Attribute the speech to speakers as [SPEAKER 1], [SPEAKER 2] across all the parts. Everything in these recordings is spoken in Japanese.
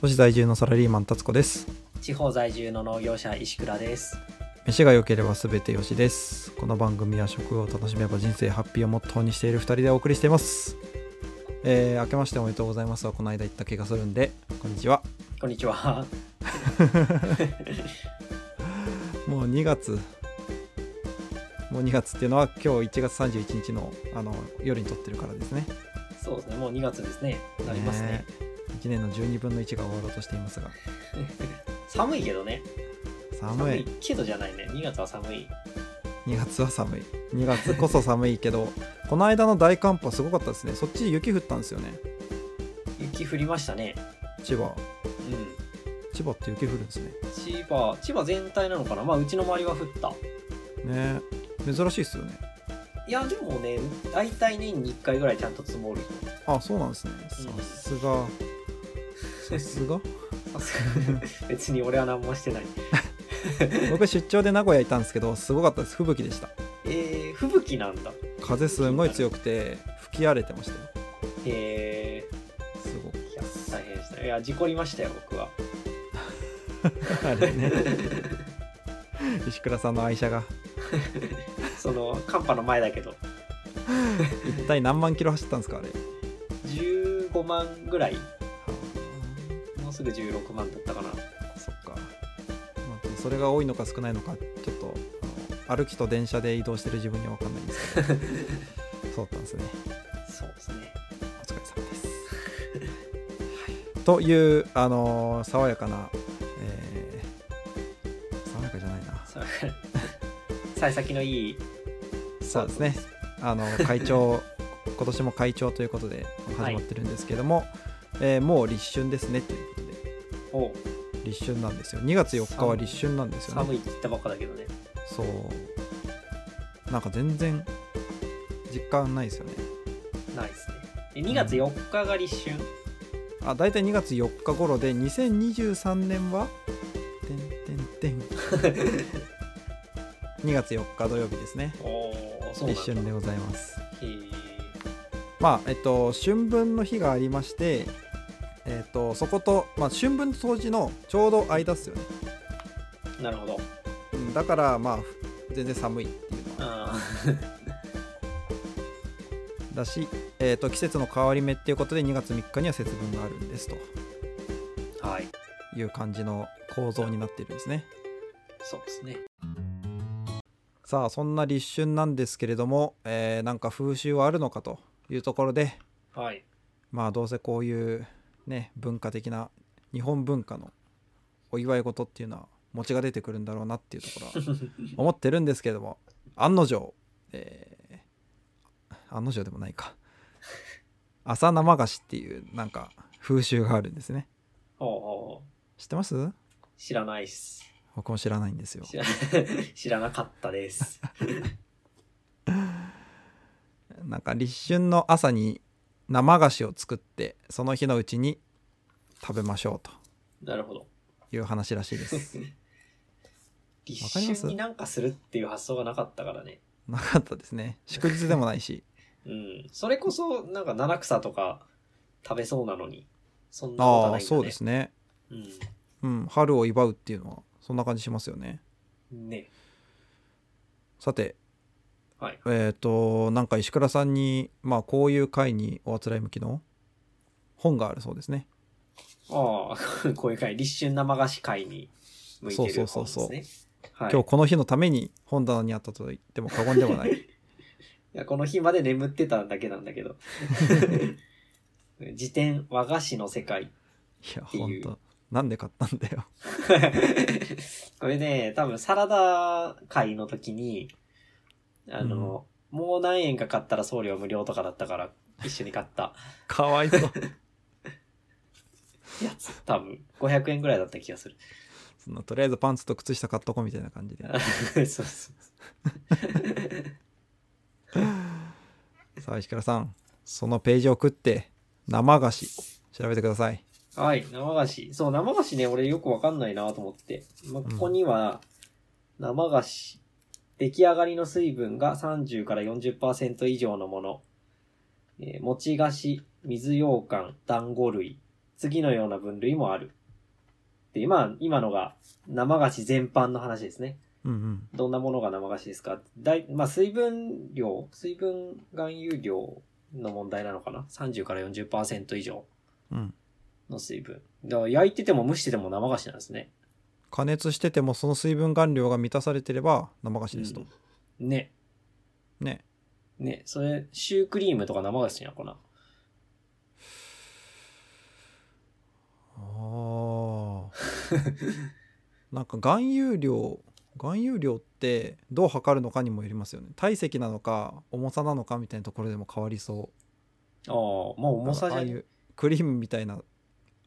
[SPEAKER 1] 都市在住のサラリーマン達子です
[SPEAKER 2] 地方在住の農業者石倉です。
[SPEAKER 1] 飯が良ければ全てよしですこの番組は食を楽しめば人生ハッピーをモットーにしている2人でお送りしていますえー、明けましておめでとうございますはこの間言った気がするんでこんにちは
[SPEAKER 2] こんにちは。
[SPEAKER 1] もう2月もう2月っていうのは今日1月31日のあの夜に撮ってるからですね
[SPEAKER 2] そうですね、もう2月ですね。なりますね。
[SPEAKER 1] 1年の12分の1が終わろうとしていますが
[SPEAKER 2] 寒いけどね。
[SPEAKER 1] 寒
[SPEAKER 2] 寒
[SPEAKER 1] い
[SPEAKER 2] いけどじゃないね。2月は寒い。
[SPEAKER 1] 2月は寒い2月こそ寒いけどこの間の大寒波すごかったですねそっち雪降ったんですよね
[SPEAKER 2] 雪降りましたね。
[SPEAKER 1] 千葉
[SPEAKER 2] うん。
[SPEAKER 1] 千葉って雪降るんですね
[SPEAKER 2] 千葉、千葉全体なのかなまあ、うちの周りは降った。
[SPEAKER 1] ねえ珍しいですよね
[SPEAKER 2] いや、でもね、大体年に1回ぐらいちゃんと積もる。
[SPEAKER 1] あそうなんですね
[SPEAKER 2] うん
[SPEAKER 1] さすがさす が
[SPEAKER 2] さすが別に俺は何もしてない。
[SPEAKER 1] 僕出張で名古屋いたんですけどすごかったです吹雪でした
[SPEAKER 2] えー、吹雪なんだ。
[SPEAKER 1] 風すごい強くて吹き荒れてましたよ
[SPEAKER 2] え
[SPEAKER 1] すご
[SPEAKER 2] ー、いや、大変でした。いや、事故りましたよ、僕は。
[SPEAKER 1] くあれね石倉さんの愛車が
[SPEAKER 2] その、寒波の前だけど、
[SPEAKER 1] 一体何万キロ走ったんですかあれ
[SPEAKER 2] 15万ぐらいもうすぐ16万だったかな。
[SPEAKER 1] そっか、まあ、でもそれが多いのか少ないのかちょっとあの歩きと電車で移動してる自分には分かんないんです けどそうだったんですね
[SPEAKER 2] そうですね。
[SPEAKER 1] お疲れ様 です、はい、というあのー爽やかな、えー爽やかじゃないな
[SPEAKER 2] そう幸先のいい。
[SPEAKER 1] そうですね。あの 会長今年も会長ということで始まってるんですけども、えーもう立春ですねということで
[SPEAKER 2] おう
[SPEAKER 1] 立春なんですよ2月4日は立春なんですよね
[SPEAKER 2] 寒いって言ったばっかだけどね。
[SPEAKER 1] そうなんか全然実感ないですよね
[SPEAKER 2] ないですね。え2月4日が立春。
[SPEAKER 1] あ大体2月4日頃で2023年はてんてんてん 2月4日土曜日ですね
[SPEAKER 2] おお、そうなんだ。
[SPEAKER 1] 立春でございます
[SPEAKER 2] へー
[SPEAKER 1] まあえっと春分の日がありましてえっとそこと、まあ、春分と冬至のちょうど間っすよね、
[SPEAKER 2] なるほど。
[SPEAKER 1] うん、だからまあ全然寒いっていうのは
[SPEAKER 2] あ
[SPEAKER 1] だし、えっと季節の変わり目っていうことで2月3日には節分があるんですと
[SPEAKER 2] ーはい。
[SPEAKER 1] いう感じの構造になっているんですね
[SPEAKER 2] そうですね。
[SPEAKER 1] さあそんな立春なんですけれども、えーなんか風習はあるのかというところで
[SPEAKER 2] はい。
[SPEAKER 1] まあどうせこういうね文化的な日本文化のお祝い事っていうのは餅が出てくるんだろうなっていうところは思ってるんですけども案の定、えー案の定でもないか朝生菓子っていうなんか風習があるんですね
[SPEAKER 2] ほうほうほう
[SPEAKER 1] 知ってます
[SPEAKER 2] 知らないっす。
[SPEAKER 1] 僕も知らないんですよ
[SPEAKER 2] 知ら 知らなかった です。
[SPEAKER 1] なんか立春の朝に生菓子を作ってその日のうちに食べましょう
[SPEAKER 2] なるほど。
[SPEAKER 1] という話らしいです わか
[SPEAKER 2] 立
[SPEAKER 1] ります
[SPEAKER 2] 春になんかするっていう発想がなかったからね。
[SPEAKER 1] なかったですね祝日でもない し
[SPEAKER 2] うん。それこそ、なんか七草とか食べそうなのに、そんなことは
[SPEAKER 1] あ
[SPEAKER 2] な
[SPEAKER 1] あ
[SPEAKER 2] いんだね。
[SPEAKER 1] そうですね
[SPEAKER 2] う
[SPEAKER 1] うん春を祝うっていうのはそんな感じしますよね
[SPEAKER 2] ん。ね。
[SPEAKER 1] さて
[SPEAKER 2] はい。
[SPEAKER 1] えっ、となんか石倉さんにまあこういう回におあつらい向きの本があるそうですね
[SPEAKER 2] ああ、 こういう回、立春生菓子会に向いてる本ですね。はい。
[SPEAKER 1] 今日この日のために本棚にあったと言っても過言ではない
[SPEAKER 2] いやこの日まで眠ってただけなんだけど。 辞典、和菓子の世界。
[SPEAKER 1] いやほんとなんで買ったんだよ
[SPEAKER 2] これね、多分サラダ会の時に、あの、もう何円か買ったら送料無料とかだったから、一緒に買った
[SPEAKER 1] かわいそう
[SPEAKER 2] やつ。多分、500円ぐらいだった気がする。
[SPEAKER 1] そのとりあえずパンツと靴下買っとこうみたいな感じで
[SPEAKER 2] そうそうそう。
[SPEAKER 1] さあ石倉さんそのページを食って生菓子調べてください
[SPEAKER 2] はい、生菓子。そう、生菓子ね、俺よくわかんないなと思って。まあ、ここには、生菓子。出来上がりの水分が30から40%以上のもの。えー餅菓子、水羊羹、団子類、次のような分類もある。で、今、今のが生菓子全般の話ですね。
[SPEAKER 1] うんうん
[SPEAKER 2] どんなものが生菓子ですかだい、まあ、水分量、水分含有量の問題なのかな ?30 から40%以上
[SPEAKER 1] うん
[SPEAKER 2] の水分。だから焼いてても蒸してても生菓子なんですね。
[SPEAKER 1] 加熱しててもその水分含量が満たされてれば生菓子ですと、
[SPEAKER 2] ね。
[SPEAKER 1] ね
[SPEAKER 2] ね。それ、シュークリームとか生菓子なのかな
[SPEAKER 1] あーなんか含有量含有量ってどう測るのかにもよりますよね体積なのか重さなのかみたいなところでも変わりそう
[SPEAKER 2] ああ、まあ重さじ
[SPEAKER 1] あ
[SPEAKER 2] ゃ
[SPEAKER 1] あ
[SPEAKER 2] ん
[SPEAKER 1] いうクリームみたいな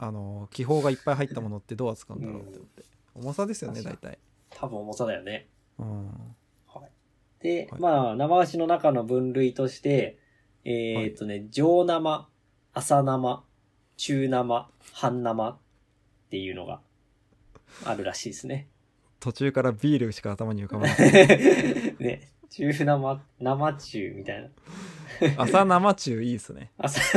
[SPEAKER 1] あの気泡がいっぱい入ったものってどう扱うんだろうって思って、重さですよね大
[SPEAKER 2] 確
[SPEAKER 1] 体
[SPEAKER 2] 多分重さだよね。
[SPEAKER 1] うん
[SPEAKER 2] で、
[SPEAKER 1] はい
[SPEAKER 2] まあ、生菓子の中の分類として、えーっとね、上生、朝生、中生、半生っていうのがあるらしいですね。
[SPEAKER 1] 途中からビールしか頭に浮かばない
[SPEAKER 2] ね、中生、生中みたいな。
[SPEAKER 1] 朝生中いいですね
[SPEAKER 2] 朝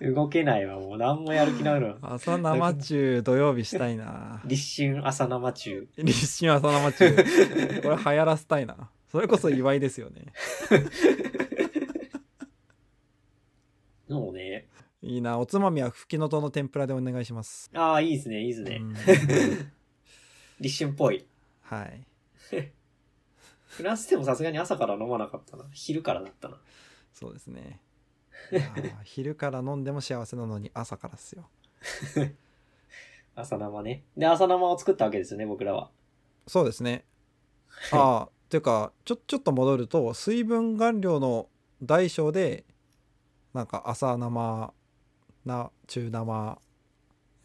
[SPEAKER 2] 動けないわ、もう何もやる気なくなるわ。
[SPEAKER 1] 朝生中土曜日したい な
[SPEAKER 2] 立春、朝生中。
[SPEAKER 1] 立春朝生中これ流行らせたいなそれこそ祝いですよね
[SPEAKER 2] もうね、
[SPEAKER 1] いいなおつまみはふきのとの天ぷらでお願いします、
[SPEAKER 2] ああ、いいですね、いいですね。
[SPEAKER 1] うん
[SPEAKER 2] 立春っぽい。
[SPEAKER 1] はい
[SPEAKER 2] フランスでもさすがに朝から飲まなかったな。昼からだったな。
[SPEAKER 1] そうですねいやー昼から飲んでも幸せなのに朝からっすよ
[SPEAKER 2] 朝生ね。で、朝生を作ったわけですよね、僕らは。
[SPEAKER 1] そうですね。ああ、というか、ちょ、ちょっと戻ると、水分含量の大小で、なんか朝生、な、中生、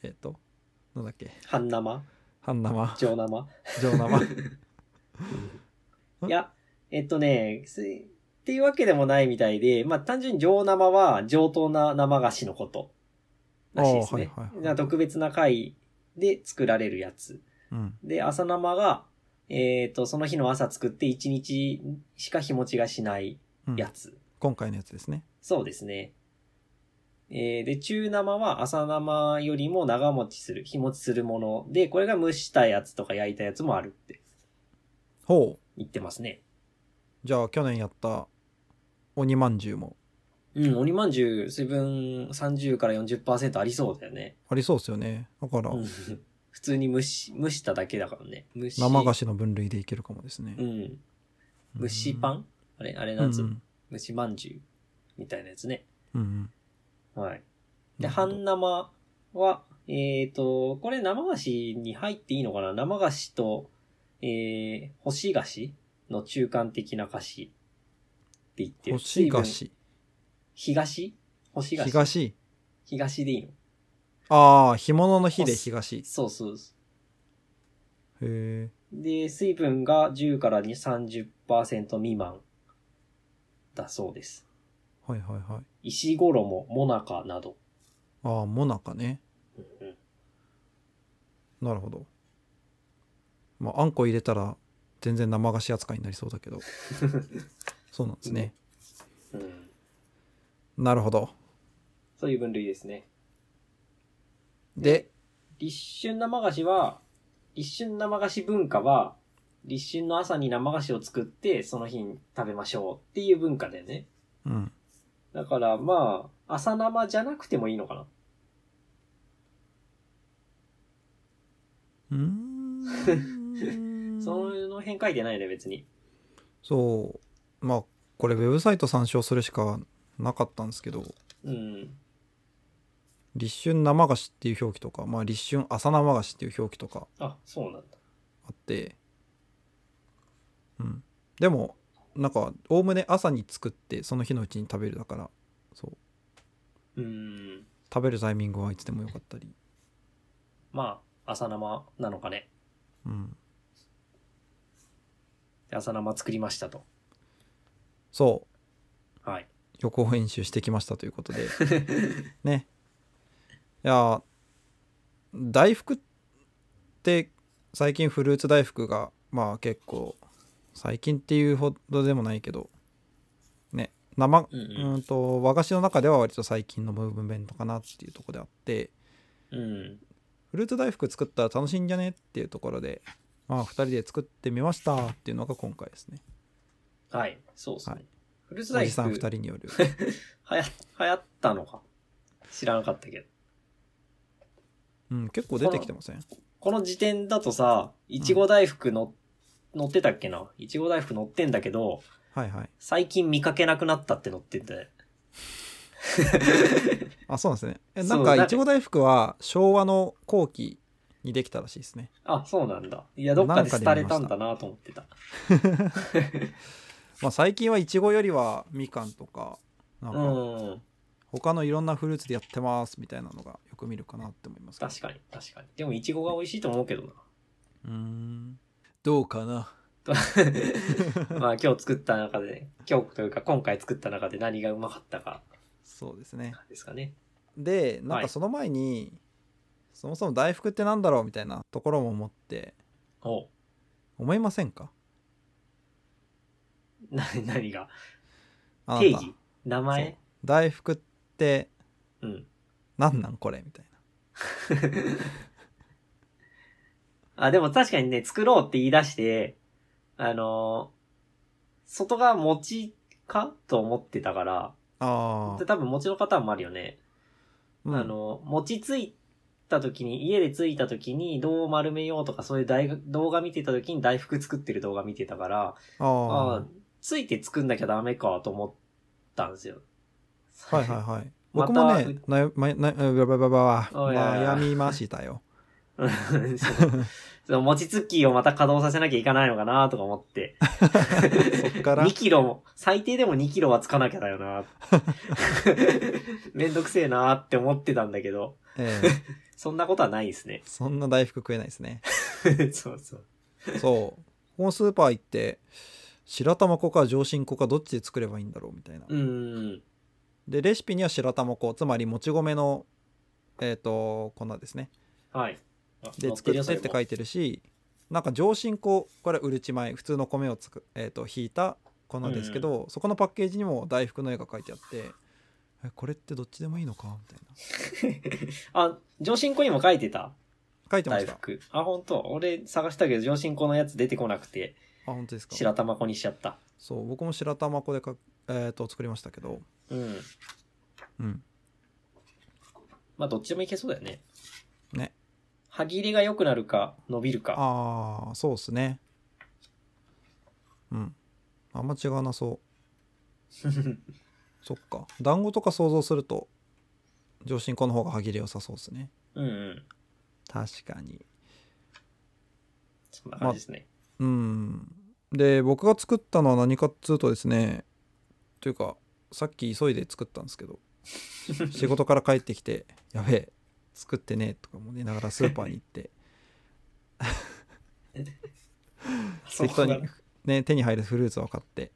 [SPEAKER 1] えっ、と、なんだっけ、
[SPEAKER 2] 半生
[SPEAKER 1] 半生、
[SPEAKER 2] 上生
[SPEAKER 1] 上 生。ん
[SPEAKER 2] いや、えっとね、すっていうわけでもないみたいで、まあ単純に上生は上等な生菓子のことらしいですね
[SPEAKER 1] あーはいはいはい。
[SPEAKER 2] じゃあ特別な貝で作られるやつ。
[SPEAKER 1] うん。
[SPEAKER 2] で、朝生が、えっ、と、その日の朝作って1日しか日持ちがしない
[SPEAKER 1] うん
[SPEAKER 2] やつ。
[SPEAKER 1] 今回のやつですね。
[SPEAKER 2] そうですね。えーで、中生は朝生よりも長持ちする、日持ちするもので、これが蒸したやつとか焼いたやつもあるって
[SPEAKER 1] ほう。
[SPEAKER 2] 言ってますね。
[SPEAKER 1] じゃあ、去年やった、鬼まんじゅうも、
[SPEAKER 2] うん、鬼まんじゅう、水分30から40%ありそうだよね。
[SPEAKER 1] ありそうですよね。だから、
[SPEAKER 2] うん 普通に蒸し、蒸しただけだからね。蒸し
[SPEAKER 1] 生菓子の分類でいけるかもですね
[SPEAKER 2] う。ん。蒸しパンあれあれ
[SPEAKER 1] うん
[SPEAKER 2] なん
[SPEAKER 1] う
[SPEAKER 2] つうの
[SPEAKER 1] ん。
[SPEAKER 2] 蒸しまんじゅうみたいなやつね。
[SPEAKER 1] うんうん。
[SPEAKER 2] はい。で、
[SPEAKER 1] なるほど
[SPEAKER 2] 半生は、えっ、と、これ生菓子に入っていいのかな生菓子と、えー、干し菓子の中間的な菓子って言ってる。
[SPEAKER 1] 星菓
[SPEAKER 2] 水分。
[SPEAKER 1] 子。
[SPEAKER 2] 東干し菓子東
[SPEAKER 1] 東。
[SPEAKER 2] でいいの
[SPEAKER 1] ああ、干物の日で東。へ
[SPEAKER 2] そうそうそ
[SPEAKER 1] え。
[SPEAKER 2] う。で、水分が10から20 30%未満だそうです。
[SPEAKER 1] はいはいはい。
[SPEAKER 2] 石衣、もなかなど。
[SPEAKER 1] ああ、もなかね。
[SPEAKER 2] うんうん
[SPEAKER 1] なるほど。まあ、あんこ入れたら全然生菓子扱いになりそうだけど。そうなんですね。
[SPEAKER 2] うん、
[SPEAKER 1] なるほど。
[SPEAKER 2] そういう分類ですね。
[SPEAKER 1] で、
[SPEAKER 2] 立春生菓子は、立春生菓子文化は、立春の朝に生菓子を作って、その日に食べましょうっていう文化だよね。
[SPEAKER 1] うん。
[SPEAKER 2] だからまあ、朝生じゃなくてもいいのかな。
[SPEAKER 1] うーん
[SPEAKER 2] その辺書いてないね、別に。
[SPEAKER 1] そう。まあ、これウェブサイト参照するしかなかったんですけど、
[SPEAKER 2] うん。
[SPEAKER 1] 立春生菓子っていう表記とか、まあ、立春朝生菓子っていう表記とか
[SPEAKER 2] あ、そうなんだ。
[SPEAKER 1] あって、うん。でも、なんか、おおむね朝に作って、その日のうちに食べるだから、そう。
[SPEAKER 2] うん。
[SPEAKER 1] 食べるタイミングはいつでもよかったり、
[SPEAKER 2] まあ、朝生なのかね。
[SPEAKER 1] うん、
[SPEAKER 2] で朝生作りましたと。
[SPEAKER 1] そう
[SPEAKER 2] はい。
[SPEAKER 1] 予行演習してきましたということでねいやー大福って最近フルーツ大福がまあ結構最近っていうほどでもないけどね生
[SPEAKER 2] うんうん
[SPEAKER 1] うんと和菓子の中では割と最近のムーブメントかなっていうところであって
[SPEAKER 2] うん。
[SPEAKER 1] フルーツ大福作ったら楽しいんじゃねっていうところでまあ2人で作ってみましたっていうのが今回ですね
[SPEAKER 2] はい。そうですね。
[SPEAKER 1] はい
[SPEAKER 2] フルーツ
[SPEAKER 1] お
[SPEAKER 2] 大
[SPEAKER 1] じさん2
[SPEAKER 2] 福
[SPEAKER 1] 人による
[SPEAKER 2] はや、流行ったのか。知らなかったけど。
[SPEAKER 1] うん結構出てきてません
[SPEAKER 2] この時点だとさ、いちご大福の、乗ってたっけないちご大福乗ってんだけど、
[SPEAKER 1] はいはい
[SPEAKER 2] 最近見かけなくなったって乗ってて。
[SPEAKER 1] あそうなんですねえ
[SPEAKER 2] そ
[SPEAKER 1] な
[SPEAKER 2] う
[SPEAKER 1] んか
[SPEAKER 2] だ
[SPEAKER 1] いちご大福は昭和の後期にできたらしいですね
[SPEAKER 2] あ、そうなんだ。いや、どっかで廃れたんだなと思ってた。
[SPEAKER 1] まあ最近はいちごよりはみかんとかなん
[SPEAKER 2] う
[SPEAKER 1] か
[SPEAKER 2] ん。
[SPEAKER 1] 他のいろんなフルーツでやってますみたいなのがよく見るかなって思いますけど
[SPEAKER 2] 確かに、確かに。でも、いちごが美味しいと思うけどな。
[SPEAKER 1] うーんどうかな
[SPEAKER 2] とまあ、今日作った中で、今日というか、今回作った中で何がうまかったか
[SPEAKER 1] そうですね
[SPEAKER 2] ですかね。
[SPEAKER 1] でなん
[SPEAKER 2] は
[SPEAKER 1] か
[SPEAKER 2] い
[SPEAKER 1] その前に、そもそも大福ってなんだろうみたいなところも思って
[SPEAKER 2] お
[SPEAKER 1] 思いませんか
[SPEAKER 2] な、何が
[SPEAKER 1] あ
[SPEAKER 2] 定
[SPEAKER 1] なた
[SPEAKER 2] 義名前
[SPEAKER 1] 大福って
[SPEAKER 2] うん。
[SPEAKER 1] なんなんこれみたいな
[SPEAKER 2] あ、でも確かにね、作ろうって言い出して、あのー外側餅かと思ってたから、
[SPEAKER 1] あ
[SPEAKER 2] で多分餅のパターンもあるよね。
[SPEAKER 1] ー、うん、
[SPEAKER 2] あの、餅ついた時に、家でついた時にどう丸めようとかそういう大学動画見てた時に大福作ってる動画見てたから、
[SPEAKER 1] あ
[SPEAKER 2] ああ
[SPEAKER 1] ー
[SPEAKER 2] ついて作んなきゃダメかと思ったんですよ。
[SPEAKER 1] はいはい はい
[SPEAKER 2] ま
[SPEAKER 1] 僕
[SPEAKER 2] た
[SPEAKER 1] もね、なやまなやばばばば
[SPEAKER 2] おいおいおい
[SPEAKER 1] 悩みましたよ。
[SPEAKER 2] うんそうその餅つきをまた稼働させなきゃいかないのかなとか思って。
[SPEAKER 1] そっ から
[SPEAKER 2] 2キロも、最低でも2キロはつかなきゃだよな。 めんどくせえなって思ってたんだけど、
[SPEAKER 1] ええ。
[SPEAKER 2] そんなことはないですね
[SPEAKER 1] そんな大福食えないですね。
[SPEAKER 2] そうそう。
[SPEAKER 1] そう。このスーパー行って、白玉粉か上新粉かどっちで作ればいいんだろうみたいな。
[SPEAKER 2] うーん。
[SPEAKER 1] で、レシピには白玉粉、つまりもち米の、えっ、と、粉ですね。
[SPEAKER 2] はい。あ
[SPEAKER 1] で、
[SPEAKER 2] 乗
[SPEAKER 1] 作
[SPEAKER 2] るよ
[SPEAKER 1] ってって書いてるし、なんか上新粉、これはうるち米、普通の米をつく、えっ、と、ひいた粉ですけど、そこのパッケージにも大福の絵が書いてあって、えこれってどっちでもいいのかみたいな。
[SPEAKER 2] あ、上新粉にも書いてた
[SPEAKER 1] 書いてま
[SPEAKER 2] 大
[SPEAKER 1] した。あ、
[SPEAKER 2] 福。あ、本当俺探したけど上新粉のやつ出てこなくて、
[SPEAKER 1] 本当ですか。
[SPEAKER 2] 白玉粉にしちゃった。
[SPEAKER 1] そう、僕も白玉粉でか、えっ、と、作りましたけど、
[SPEAKER 2] うん。
[SPEAKER 1] うん。
[SPEAKER 2] まあ、どっちでもいけそうだよね。
[SPEAKER 1] ね。
[SPEAKER 2] 歯切れが良くなるか、伸びるか。
[SPEAKER 1] ああそうっすねうんあんま違わなそう そっか団子とか想像すると上新粉の方が歯切れ良さそうっすね
[SPEAKER 2] うんうん。
[SPEAKER 1] 確かに
[SPEAKER 2] そんな感じですね。
[SPEAKER 1] うんで僕が作ったのは何かっつうとですねというかさっき急いで作ったんですけど仕事から帰ってきて「やべえ作ってね」とかもねながらスーパーに行って
[SPEAKER 2] そう
[SPEAKER 1] 適当に、ね、手に入るフルーツを買って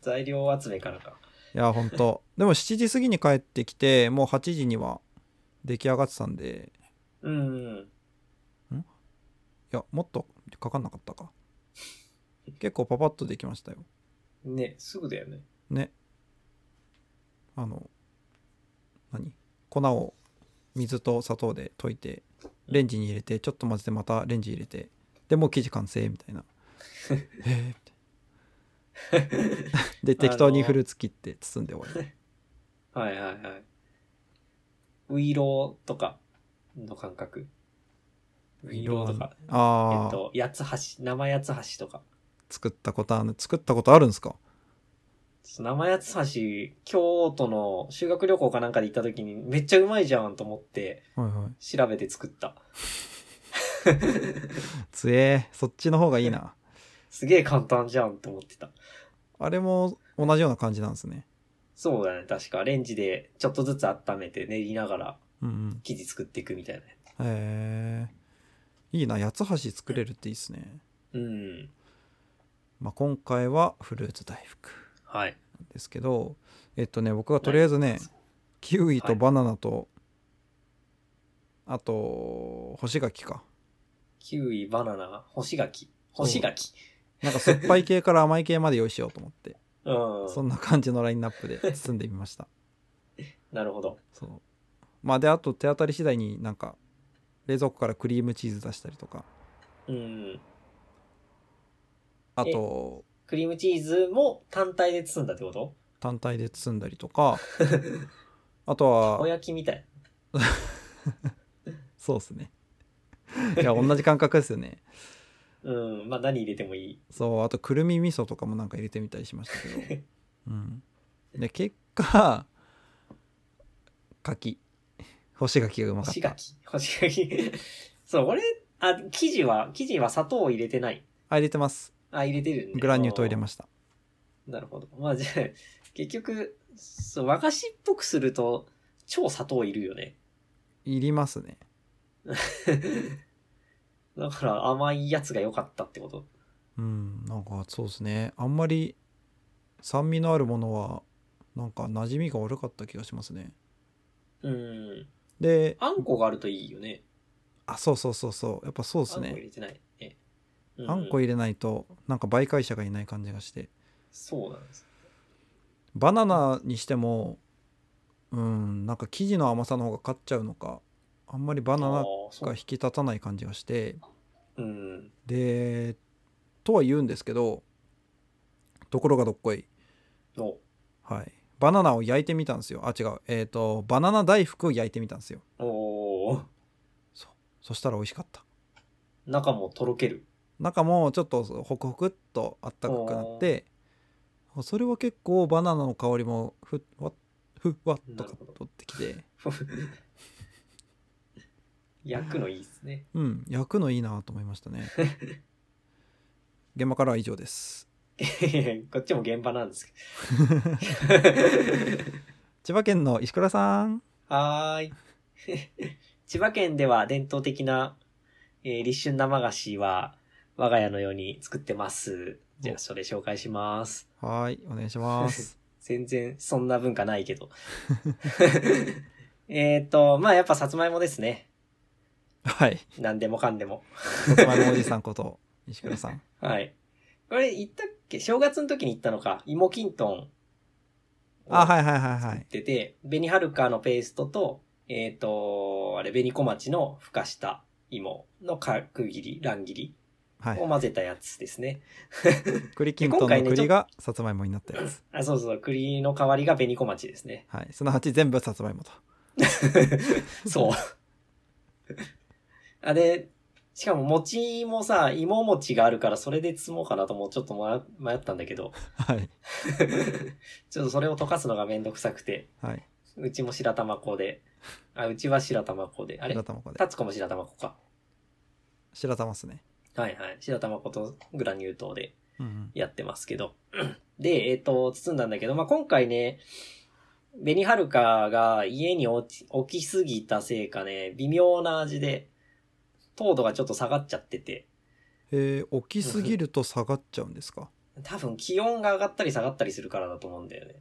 [SPEAKER 2] 材料集めからか。
[SPEAKER 1] いや本当でも7時過ぎに帰ってきてもう8時には出来上がってたんで
[SPEAKER 2] うんうん。
[SPEAKER 1] いやもっとかかんなかったか結構パパッとできましたよ
[SPEAKER 2] ね、すぐだよね。
[SPEAKER 1] ねあの何粉を水と砂糖で溶いてレンジに入れてちょっと混ぜてまたレンジ入れてでもう生地完成みたい なえーみたいな で適当にフルーツ切って包んで終わり
[SPEAKER 2] はいはいはい。ウイローとかの感覚。ウイローとか。え
[SPEAKER 1] あ
[SPEAKER 2] っ
[SPEAKER 1] あ
[SPEAKER 2] と、八つ橋、生八つ橋とか。
[SPEAKER 1] 作ったことある作ったことあるんですか
[SPEAKER 2] 生八つ橋、京都の修学旅行かなんかで行った時にめっちゃうまいじゃんと思って
[SPEAKER 1] はいはい
[SPEAKER 2] 調べて作った。
[SPEAKER 1] つえそっちの方がいいな
[SPEAKER 2] すげえ簡単じゃんと思ってた。
[SPEAKER 1] あれも同じような感じなんですね
[SPEAKER 2] そうだね、確か。レンジでちょっとずつ温めて練りながら
[SPEAKER 1] うんうん
[SPEAKER 2] 生地作っていくみたいな。
[SPEAKER 1] へえいいな八つ橋作れるっていいっすね、
[SPEAKER 2] うん。
[SPEAKER 1] まあ、今回はフルーツ大福
[SPEAKER 2] はい。
[SPEAKER 1] ですけどえっとね僕はとりあえずねキウイとバナナと、あと干し柿か
[SPEAKER 2] キウイ、バナナ、干し柿。干し柿。
[SPEAKER 1] なんか酸っぱい系から甘い系まで用意しようと思って
[SPEAKER 2] うん。
[SPEAKER 1] そんな感じのラインナップで包んでみま した
[SPEAKER 2] なるほど。
[SPEAKER 1] そうまあであと手当たり次第になんか冷蔵庫からクリームチーズ出したりとか
[SPEAKER 2] うん。
[SPEAKER 1] あと
[SPEAKER 2] クリームチーズも単体で包んだってこと
[SPEAKER 1] 単体で包んだりと かあと
[SPEAKER 2] お
[SPEAKER 1] は
[SPEAKER 2] やきみたい。
[SPEAKER 1] そうですね いや同じ感覚ですよね
[SPEAKER 2] うん。まあ何入れてもいい。
[SPEAKER 1] そうあとくるみ味噌とかもなんか入れてみたりしましたけ ど、うん、で結果柿干し柿がうまかっ
[SPEAKER 2] 干した柿。干し柿。 そう、俺、あ、生地は、生地は砂糖を入れてない。
[SPEAKER 1] あ入れてます
[SPEAKER 2] あ、入れてるね。
[SPEAKER 1] グラニュー糖入れ
[SPEAKER 2] す
[SPEAKER 1] ました
[SPEAKER 2] なるほど。まあじゃあ、結局、そう、和菓子っぽくすると、超砂糖いるよね。
[SPEAKER 1] いりますね
[SPEAKER 2] だから甘いやつが良かったってこと。
[SPEAKER 1] うんなんかそうですねあんまり酸味のあるものはなんか馴染みが悪かった気がしますね
[SPEAKER 2] うん。
[SPEAKER 1] で
[SPEAKER 2] あんこがあるといいよね。
[SPEAKER 1] あそうそうそうそうやっぱそうです
[SPEAKER 2] あんこ入
[SPEAKER 1] ね
[SPEAKER 2] れてない。ね
[SPEAKER 1] あんこ
[SPEAKER 2] れ
[SPEAKER 1] 入れないとなんか媒介者がいない感じがして
[SPEAKER 2] そうなんです。
[SPEAKER 1] バナナにしてもうんなんか生地の甘さの方が勝っちゃうのかあんまりバナナ
[SPEAKER 2] あーそ
[SPEAKER 1] が
[SPEAKER 2] う
[SPEAKER 1] 引き立たない感じがして
[SPEAKER 2] うん。
[SPEAKER 1] でとは言うんですけどところがどっこい
[SPEAKER 2] の。
[SPEAKER 1] はいバナナを焼いてみたんですよあ違うえっ、とバナナ大福を焼いてみたんですよ
[SPEAKER 2] おー
[SPEAKER 1] そうそしたら美味しかった
[SPEAKER 2] 中もとろける。
[SPEAKER 1] 中もちょっとホクホクっとあったかくなってそれは結構バナナの香りもふわっふわっと
[SPEAKER 2] なるほど
[SPEAKER 1] とってきて
[SPEAKER 2] 焼くのいいですね。
[SPEAKER 1] うん焼くのいいなと思いましたね 現場からは以上です
[SPEAKER 2] こっちも現場なんですけど。
[SPEAKER 1] 千葉県の石倉さん
[SPEAKER 2] はーい。 千葉県では伝統的な、えー立春生菓子は我が家のように作ってます。じゃあ、
[SPEAKER 1] お
[SPEAKER 2] それ紹介します。
[SPEAKER 1] はーいお願いします
[SPEAKER 2] 全然そんな文化ないけど。えっと、まあやっぱさつまいもですね。
[SPEAKER 1] はい
[SPEAKER 2] 何でもかんでも。
[SPEAKER 1] さつまいもおじさんこと石倉さ ん
[SPEAKER 2] はい。これ行ったっけ正月の時に行ったのか。芋きんとん。
[SPEAKER 1] あはいはいはいはい
[SPEAKER 2] 出て、紅はるかのペーストと、えっ、と、あれ、紅小町のふかした芋の角切り、乱切
[SPEAKER 1] は
[SPEAKER 2] りを
[SPEAKER 1] い
[SPEAKER 2] 混ぜたやつですね。
[SPEAKER 1] 栗きんとん
[SPEAKER 2] で
[SPEAKER 1] の
[SPEAKER 2] 今回ねちょ
[SPEAKER 1] 栗がさつまいもになったやつ
[SPEAKER 2] あ、そうそう、栗の代わりが紅小町で すね。
[SPEAKER 1] はいすなわち全部さつまいもと
[SPEAKER 2] そう。 あれ、しかも餅もさ、芋餅があるからそれで包もうかなともうちょっとま迷ったんだけど、
[SPEAKER 1] はい
[SPEAKER 2] ちょっとそれを溶かすのがめんどくさくて、
[SPEAKER 1] はいう
[SPEAKER 2] ちも白玉粉で、あ、うちは白玉粉で、あれ
[SPEAKER 1] 白玉粉で
[SPEAKER 2] タツコも白玉粉か。
[SPEAKER 1] 白玉っすね
[SPEAKER 2] はいはい。白玉粉とグラニュー糖で
[SPEAKER 1] うんうん
[SPEAKER 2] やってますけど。で、えっ、と、包んだんだけど、まあ、今回ね、ベニハルカが家に置き置きすぎたせいかね、微妙な味で、糖度がちょっと下がっちゃってて、
[SPEAKER 1] えー、置きすぎると下がっちゃうんですか
[SPEAKER 2] 多分気温が上がったり下がったりするからだと思うんだよね。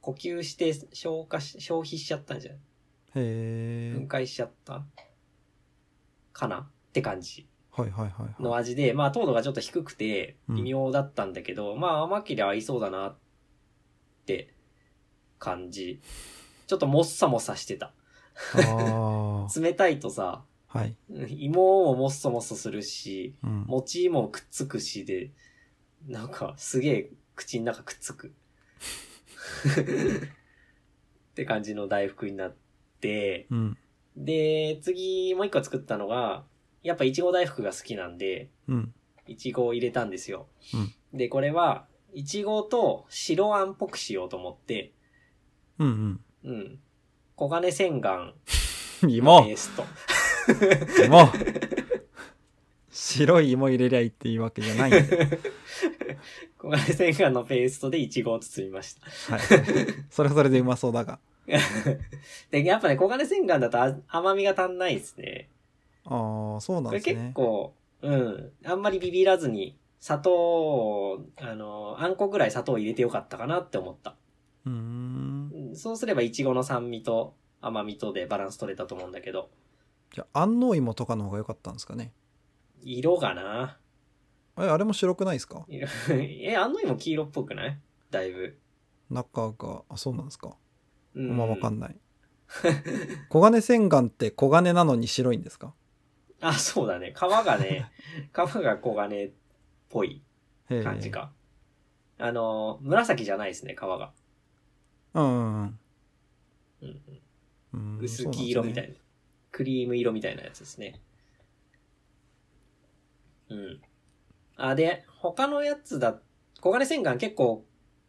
[SPEAKER 2] 呼吸して消化し、消費しちゃったんじゃない
[SPEAKER 1] へ
[SPEAKER 2] 分
[SPEAKER 1] え
[SPEAKER 2] 解しちゃったかなって感じ。
[SPEAKER 1] はいはいはい
[SPEAKER 2] の
[SPEAKER 1] はい
[SPEAKER 2] 味で、まあ糖度がちょっと低くて
[SPEAKER 1] うん
[SPEAKER 2] 微妙だったんだけど、まあ甘けりゃ合いそうだなって感じ。ちょっともっさもっさしてた。
[SPEAKER 1] あー
[SPEAKER 2] 冷たいとさ、
[SPEAKER 1] はい
[SPEAKER 2] うん芋ももっそもっそするし、
[SPEAKER 1] うん
[SPEAKER 2] 餅もくっつくしで、なんかすげえ口の中くっつく。って感じの大福になって、
[SPEAKER 1] うん
[SPEAKER 2] で、次もう一個作ったのが、やっぱいちご大福が好きなんで、
[SPEAKER 1] うん
[SPEAKER 2] いちごを入れたんですよ。
[SPEAKER 1] うん
[SPEAKER 2] で、これは、いちごと白あんっぽくしようと思って、
[SPEAKER 1] うん
[SPEAKER 2] うん。黄金洗顔
[SPEAKER 1] うん
[SPEAKER 2] ペ
[SPEAKER 1] 芋
[SPEAKER 2] ースト。
[SPEAKER 1] 芋白い芋入れりゃいいっていうわけじゃないんで、
[SPEAKER 2] 黄金洗顔のペーストでいちごを包みました。
[SPEAKER 1] はい、それはそれでうまそうだが
[SPEAKER 2] で、やっぱね、黄金洗顔だとあ甘みが足んないですね。
[SPEAKER 1] ああそうな
[SPEAKER 2] こ
[SPEAKER 1] んで
[SPEAKER 2] れ
[SPEAKER 1] す
[SPEAKER 2] 結
[SPEAKER 1] ね
[SPEAKER 2] 構、うん。あんまりビビらずに、砂糖を、あの、あんこぐらい砂糖を入れてよかったかなって思った。
[SPEAKER 1] うーん
[SPEAKER 2] うんそうすればいちごの酸味と甘みとでバランス取れたと思うんだけど、
[SPEAKER 1] じゃあ安納芋とかの方が良かったんですかね
[SPEAKER 2] 色がな
[SPEAKER 1] あれあれも白くないですか
[SPEAKER 2] 色え、あの芋黄色っぽくないだいぶ。
[SPEAKER 1] 中があそうなんですか
[SPEAKER 2] う
[SPEAKER 1] あ
[SPEAKER 2] ん
[SPEAKER 1] んまわかんない黄金洗顔って黄金なのに白いんですか
[SPEAKER 2] あ、そうだね。皮 がね、皮が黄金っぽい
[SPEAKER 1] へえ
[SPEAKER 2] 感じか。あの、紫じゃないですね、皮が。
[SPEAKER 1] うんうん
[SPEAKER 2] うんうん
[SPEAKER 1] うんうん
[SPEAKER 2] 薄黄色みたい
[SPEAKER 1] な
[SPEAKER 2] な、クリーム色みたいなやつですね。うん。あ、で、他のやつだ、黄金洗顔結構、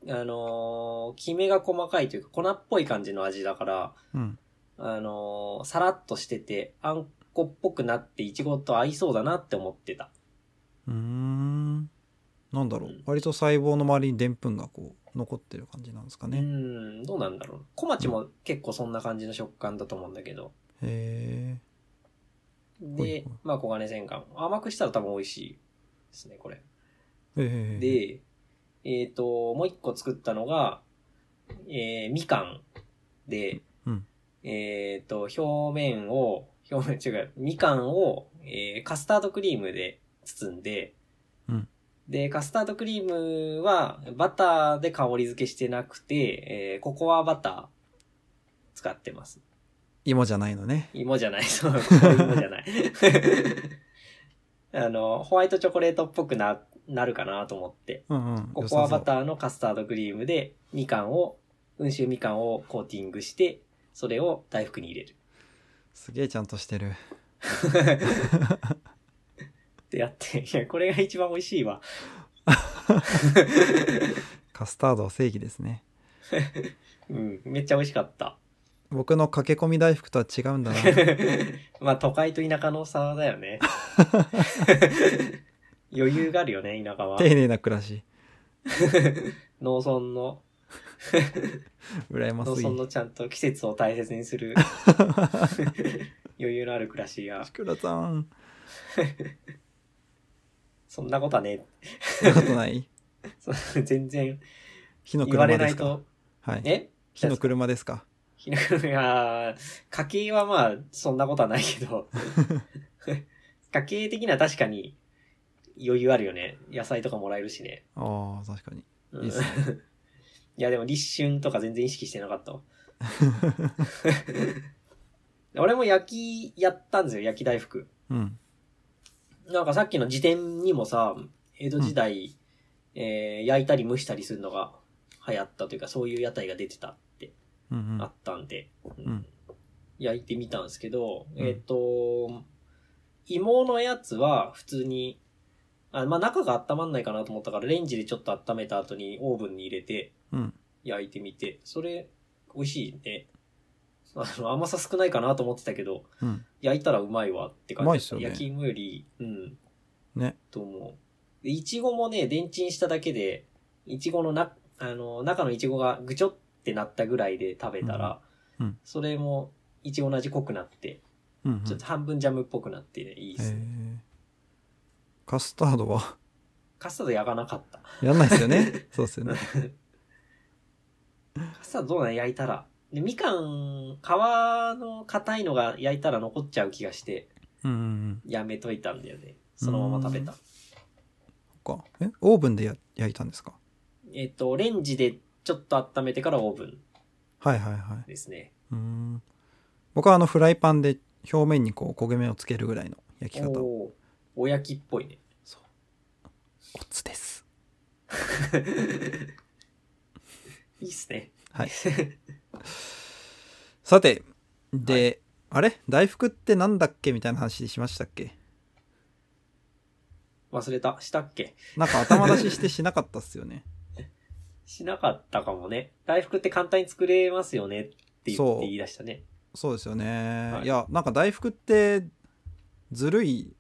[SPEAKER 2] あのー、キメが細かいというか粉っぽい感じの味だから、
[SPEAKER 1] そうなんですね
[SPEAKER 2] あのー、さらっとしてて、あんこっぽくなって、いちごと合いそうだなって思ってた。
[SPEAKER 1] うんうーんなんだろ
[SPEAKER 2] う
[SPEAKER 1] うん割と細胞の周りにでんぷんがこう残ってる感じなんですか
[SPEAKER 2] う
[SPEAKER 1] ね
[SPEAKER 2] ん、どうなんだろう。小町も結構そんな感じの食感だと思うんだけど。
[SPEAKER 1] へえほいほい
[SPEAKER 2] で、まあ、黄金洗顔。甘くしたら多分美味しいですね、これ。
[SPEAKER 1] ええ
[SPEAKER 2] で、えっ、と、もう一個作ったのが、えーみかんで、
[SPEAKER 1] うん
[SPEAKER 2] えっ、と、表面を、表面違う、みかんを、えーカスタードクリームで包んで、
[SPEAKER 1] うん
[SPEAKER 2] で、カスタードクリームは、バターで香り付けしてなくて、えーココアバター使ってます。
[SPEAKER 1] 芋じゃないのね
[SPEAKER 2] 芋じゃない、そう、芋じ ゃない。 あの、ホワイトチョコレートっぽくな、なるかなと思って。
[SPEAKER 1] うんうん
[SPEAKER 2] ココアバ
[SPEAKER 1] ー
[SPEAKER 2] ターのカスタードクリームで、みかんを、温州みかんをコーティングして、それを大福に入れる。
[SPEAKER 1] すげえちゃんとしてる
[SPEAKER 2] ってやって、 いや、これが一番美味しいわ。
[SPEAKER 1] カスタードは正義ですね
[SPEAKER 2] うん、めっちゃ美味しかった。
[SPEAKER 1] 僕の駆け込み大福とは違うんだな
[SPEAKER 2] まあ、都会と田舎の差だよね。 余裕があるよね、田舎は。
[SPEAKER 1] 丁寧な暮らし
[SPEAKER 2] 農村の、
[SPEAKER 1] 羨ま
[SPEAKER 2] 農
[SPEAKER 1] し
[SPEAKER 2] 村
[SPEAKER 1] い
[SPEAKER 2] のちゃんと季節を大切に する余裕のある暮らしが
[SPEAKER 1] ち、くらさん
[SPEAKER 2] そんなことはね、
[SPEAKER 1] そんなことない
[SPEAKER 2] そう 全然
[SPEAKER 1] 火の
[SPEAKER 2] 言わ
[SPEAKER 1] 車
[SPEAKER 2] れな
[SPEAKER 1] で
[SPEAKER 2] い
[SPEAKER 1] すか
[SPEAKER 2] と、
[SPEAKER 1] はい
[SPEAKER 2] え
[SPEAKER 1] 火の車ですか
[SPEAKER 2] ひなく いやー家計はまあ、そんなことはない けど、家計的には確かに余裕あるよね。野菜とかもらえるしね。
[SPEAKER 1] ああ確かに
[SPEAKER 2] うん
[SPEAKER 1] いいっすね
[SPEAKER 2] いや、でも立春とか全然意識してなか ったわ。俺も焼き、やったんですよ、焼き大福。
[SPEAKER 1] うん
[SPEAKER 2] なんかさっきの辞典にもさ、江戸時代、えー焼いたり蒸したりするのが流行ったというか、そういう屋台が出てたって
[SPEAKER 1] うんうん
[SPEAKER 2] あったんで、
[SPEAKER 1] ん
[SPEAKER 2] 焼いてみたんですけど、
[SPEAKER 1] ん
[SPEAKER 2] えっ、と、芋のやつは普通に、あまあ中が温まんないかなと思ったから、レンジでちょっと温めた後にオーブンに入れて
[SPEAKER 1] うん
[SPEAKER 2] 焼いてみて、それ、美味しいね。あの、甘さ少ないかなと思ってたけど、
[SPEAKER 1] うん
[SPEAKER 2] 焼いたらうまいわって感じ
[SPEAKER 1] うまいっすよね
[SPEAKER 2] 焼き芋より、うん、
[SPEAKER 1] ね
[SPEAKER 2] と思う。でいちごもね、電鎮しただけで、いちごのな、あの、中のいちごがぐちょってなったぐらいで食べたら、
[SPEAKER 1] うんうん
[SPEAKER 2] それも、いちごの味濃くなって、
[SPEAKER 1] うんうん
[SPEAKER 2] ちょっと半分ジャムっぽくなって、ね、いいです、ね
[SPEAKER 1] えーカスタードは
[SPEAKER 2] カスタード焼かなかった。
[SPEAKER 1] やんないですよねそうっすよ ね
[SPEAKER 2] カスタードどうなん焼いたら。で、みかん、皮の硬いのが焼いたら残っちゃう気がして、
[SPEAKER 1] うんうんうん
[SPEAKER 2] やめといたんだよね。そのまま食べた。
[SPEAKER 1] そっかえオーブンでや焼いたんですか
[SPEAKER 2] えっと、レンジでちょっと温めてからオーブン
[SPEAKER 1] はいはいはい
[SPEAKER 2] ですね。
[SPEAKER 1] うーん僕はあのフライパンで表面にこう焦げ目をつけるぐらいの焼き
[SPEAKER 2] お
[SPEAKER 1] 方を
[SPEAKER 2] おーおやきっぽいね。
[SPEAKER 1] コツです
[SPEAKER 2] いいっすね。
[SPEAKER 1] はいさてで、あれ大福ってなんだっけみたいな話しましたっけ
[SPEAKER 2] 忘れた。したっけ
[SPEAKER 1] なんか頭出ししてしなかったっすよね
[SPEAKER 2] しなかったかもね。大福って簡単に作れますよねって言っ
[SPEAKER 1] そう
[SPEAKER 2] て言い出したね。
[SPEAKER 1] そうですよね、
[SPEAKER 2] はい
[SPEAKER 1] い、やなんか大福ってずるい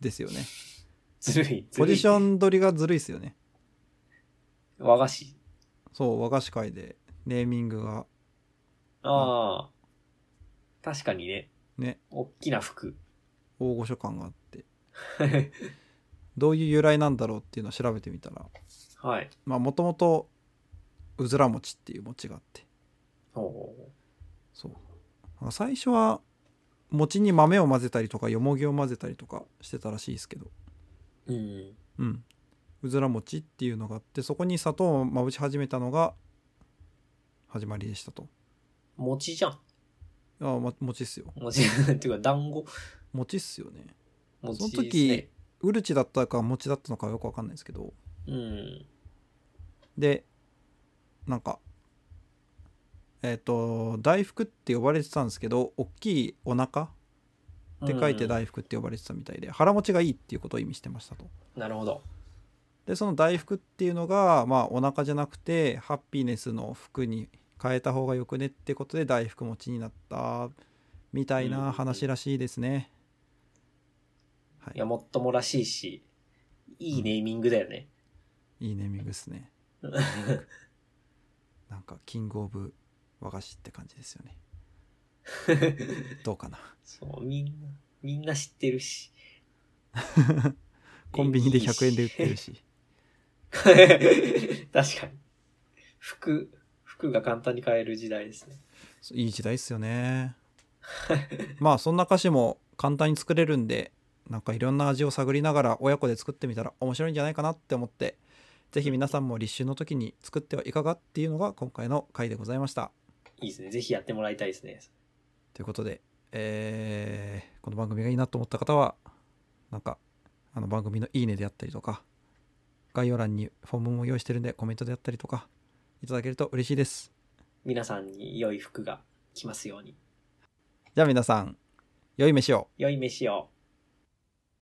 [SPEAKER 1] ですよね
[SPEAKER 2] ずるい。ず
[SPEAKER 1] ポ
[SPEAKER 2] るい
[SPEAKER 1] ジション取りがずるいですよね
[SPEAKER 2] 和菓子。
[SPEAKER 1] そう和菓子界でネーミングが
[SPEAKER 2] ああ。確かにね。
[SPEAKER 1] ね
[SPEAKER 2] おっきな服。
[SPEAKER 1] 大御所感があってどういう由来なんだろうっていうのを調べてみたら
[SPEAKER 2] はい。
[SPEAKER 1] まあもともとうずら餅っていう餅があって
[SPEAKER 2] ほうほ
[SPEAKER 1] そうまあ最初は餅に豆を混ぜたりとかよもぎを混ぜたりとかしてたらしいですけど
[SPEAKER 2] うほう。うん。
[SPEAKER 1] うんうずら餅っていうのがあってそこに砂糖をまぶし始めたのが始まりでしたと
[SPEAKER 2] 餅じゃん。
[SPEAKER 1] ああ、ま、餅っすよ
[SPEAKER 2] 餅、 っていうか団子。
[SPEAKER 1] 餅っすよね
[SPEAKER 2] 餅
[SPEAKER 1] その
[SPEAKER 2] ですね
[SPEAKER 1] 時ウルチだったか餅だったのかよくわかんないですけど
[SPEAKER 2] うん。
[SPEAKER 1] でなんかえっ、と大福って呼ばれてたんですけど大きいお腹って書いて
[SPEAKER 2] い。
[SPEAKER 1] 大福って呼ばれてたみたいで、腹持ちがいいっていうことを意味してましたと
[SPEAKER 2] なるほど。
[SPEAKER 1] でその大福っていうのがまあお腹じゃなくてハッピーネスの服に変えた方がよくねってことで大福持ちになったみたいな話らしいですね、
[SPEAKER 2] いや、もっともらしいし、いいネーミングだ よね。
[SPEAKER 1] いいネーミングですねなんかキングオブ和菓子って感じですよねどうかな
[SPEAKER 2] そう、みんな、みんな知ってるし。
[SPEAKER 1] コンビニで100円で売ってるし
[SPEAKER 2] 確かに。服、服が簡単に買える時代ですね。
[SPEAKER 1] いい時代っすよねまあそんな歌詞も簡単に作れるんでなんかいろんな味を探りながら親子で作ってみたら面白いんじゃないかなって思ってぜひ皆さんも立春の時に作ってはいかがっていうのが今回の回でございました
[SPEAKER 2] いいですね。ぜひやってもらいたいですね。
[SPEAKER 1] ということで、えーこの番組がいいなと思った方はなんかあの番組の「いいね」であったりとか概要欄にフォームも用意してるんでコメントであったりとかいただけると嬉しいです
[SPEAKER 2] 皆さんに良い服が来ますように。
[SPEAKER 1] じゃあ皆さん良い飯を
[SPEAKER 2] 良い飯を。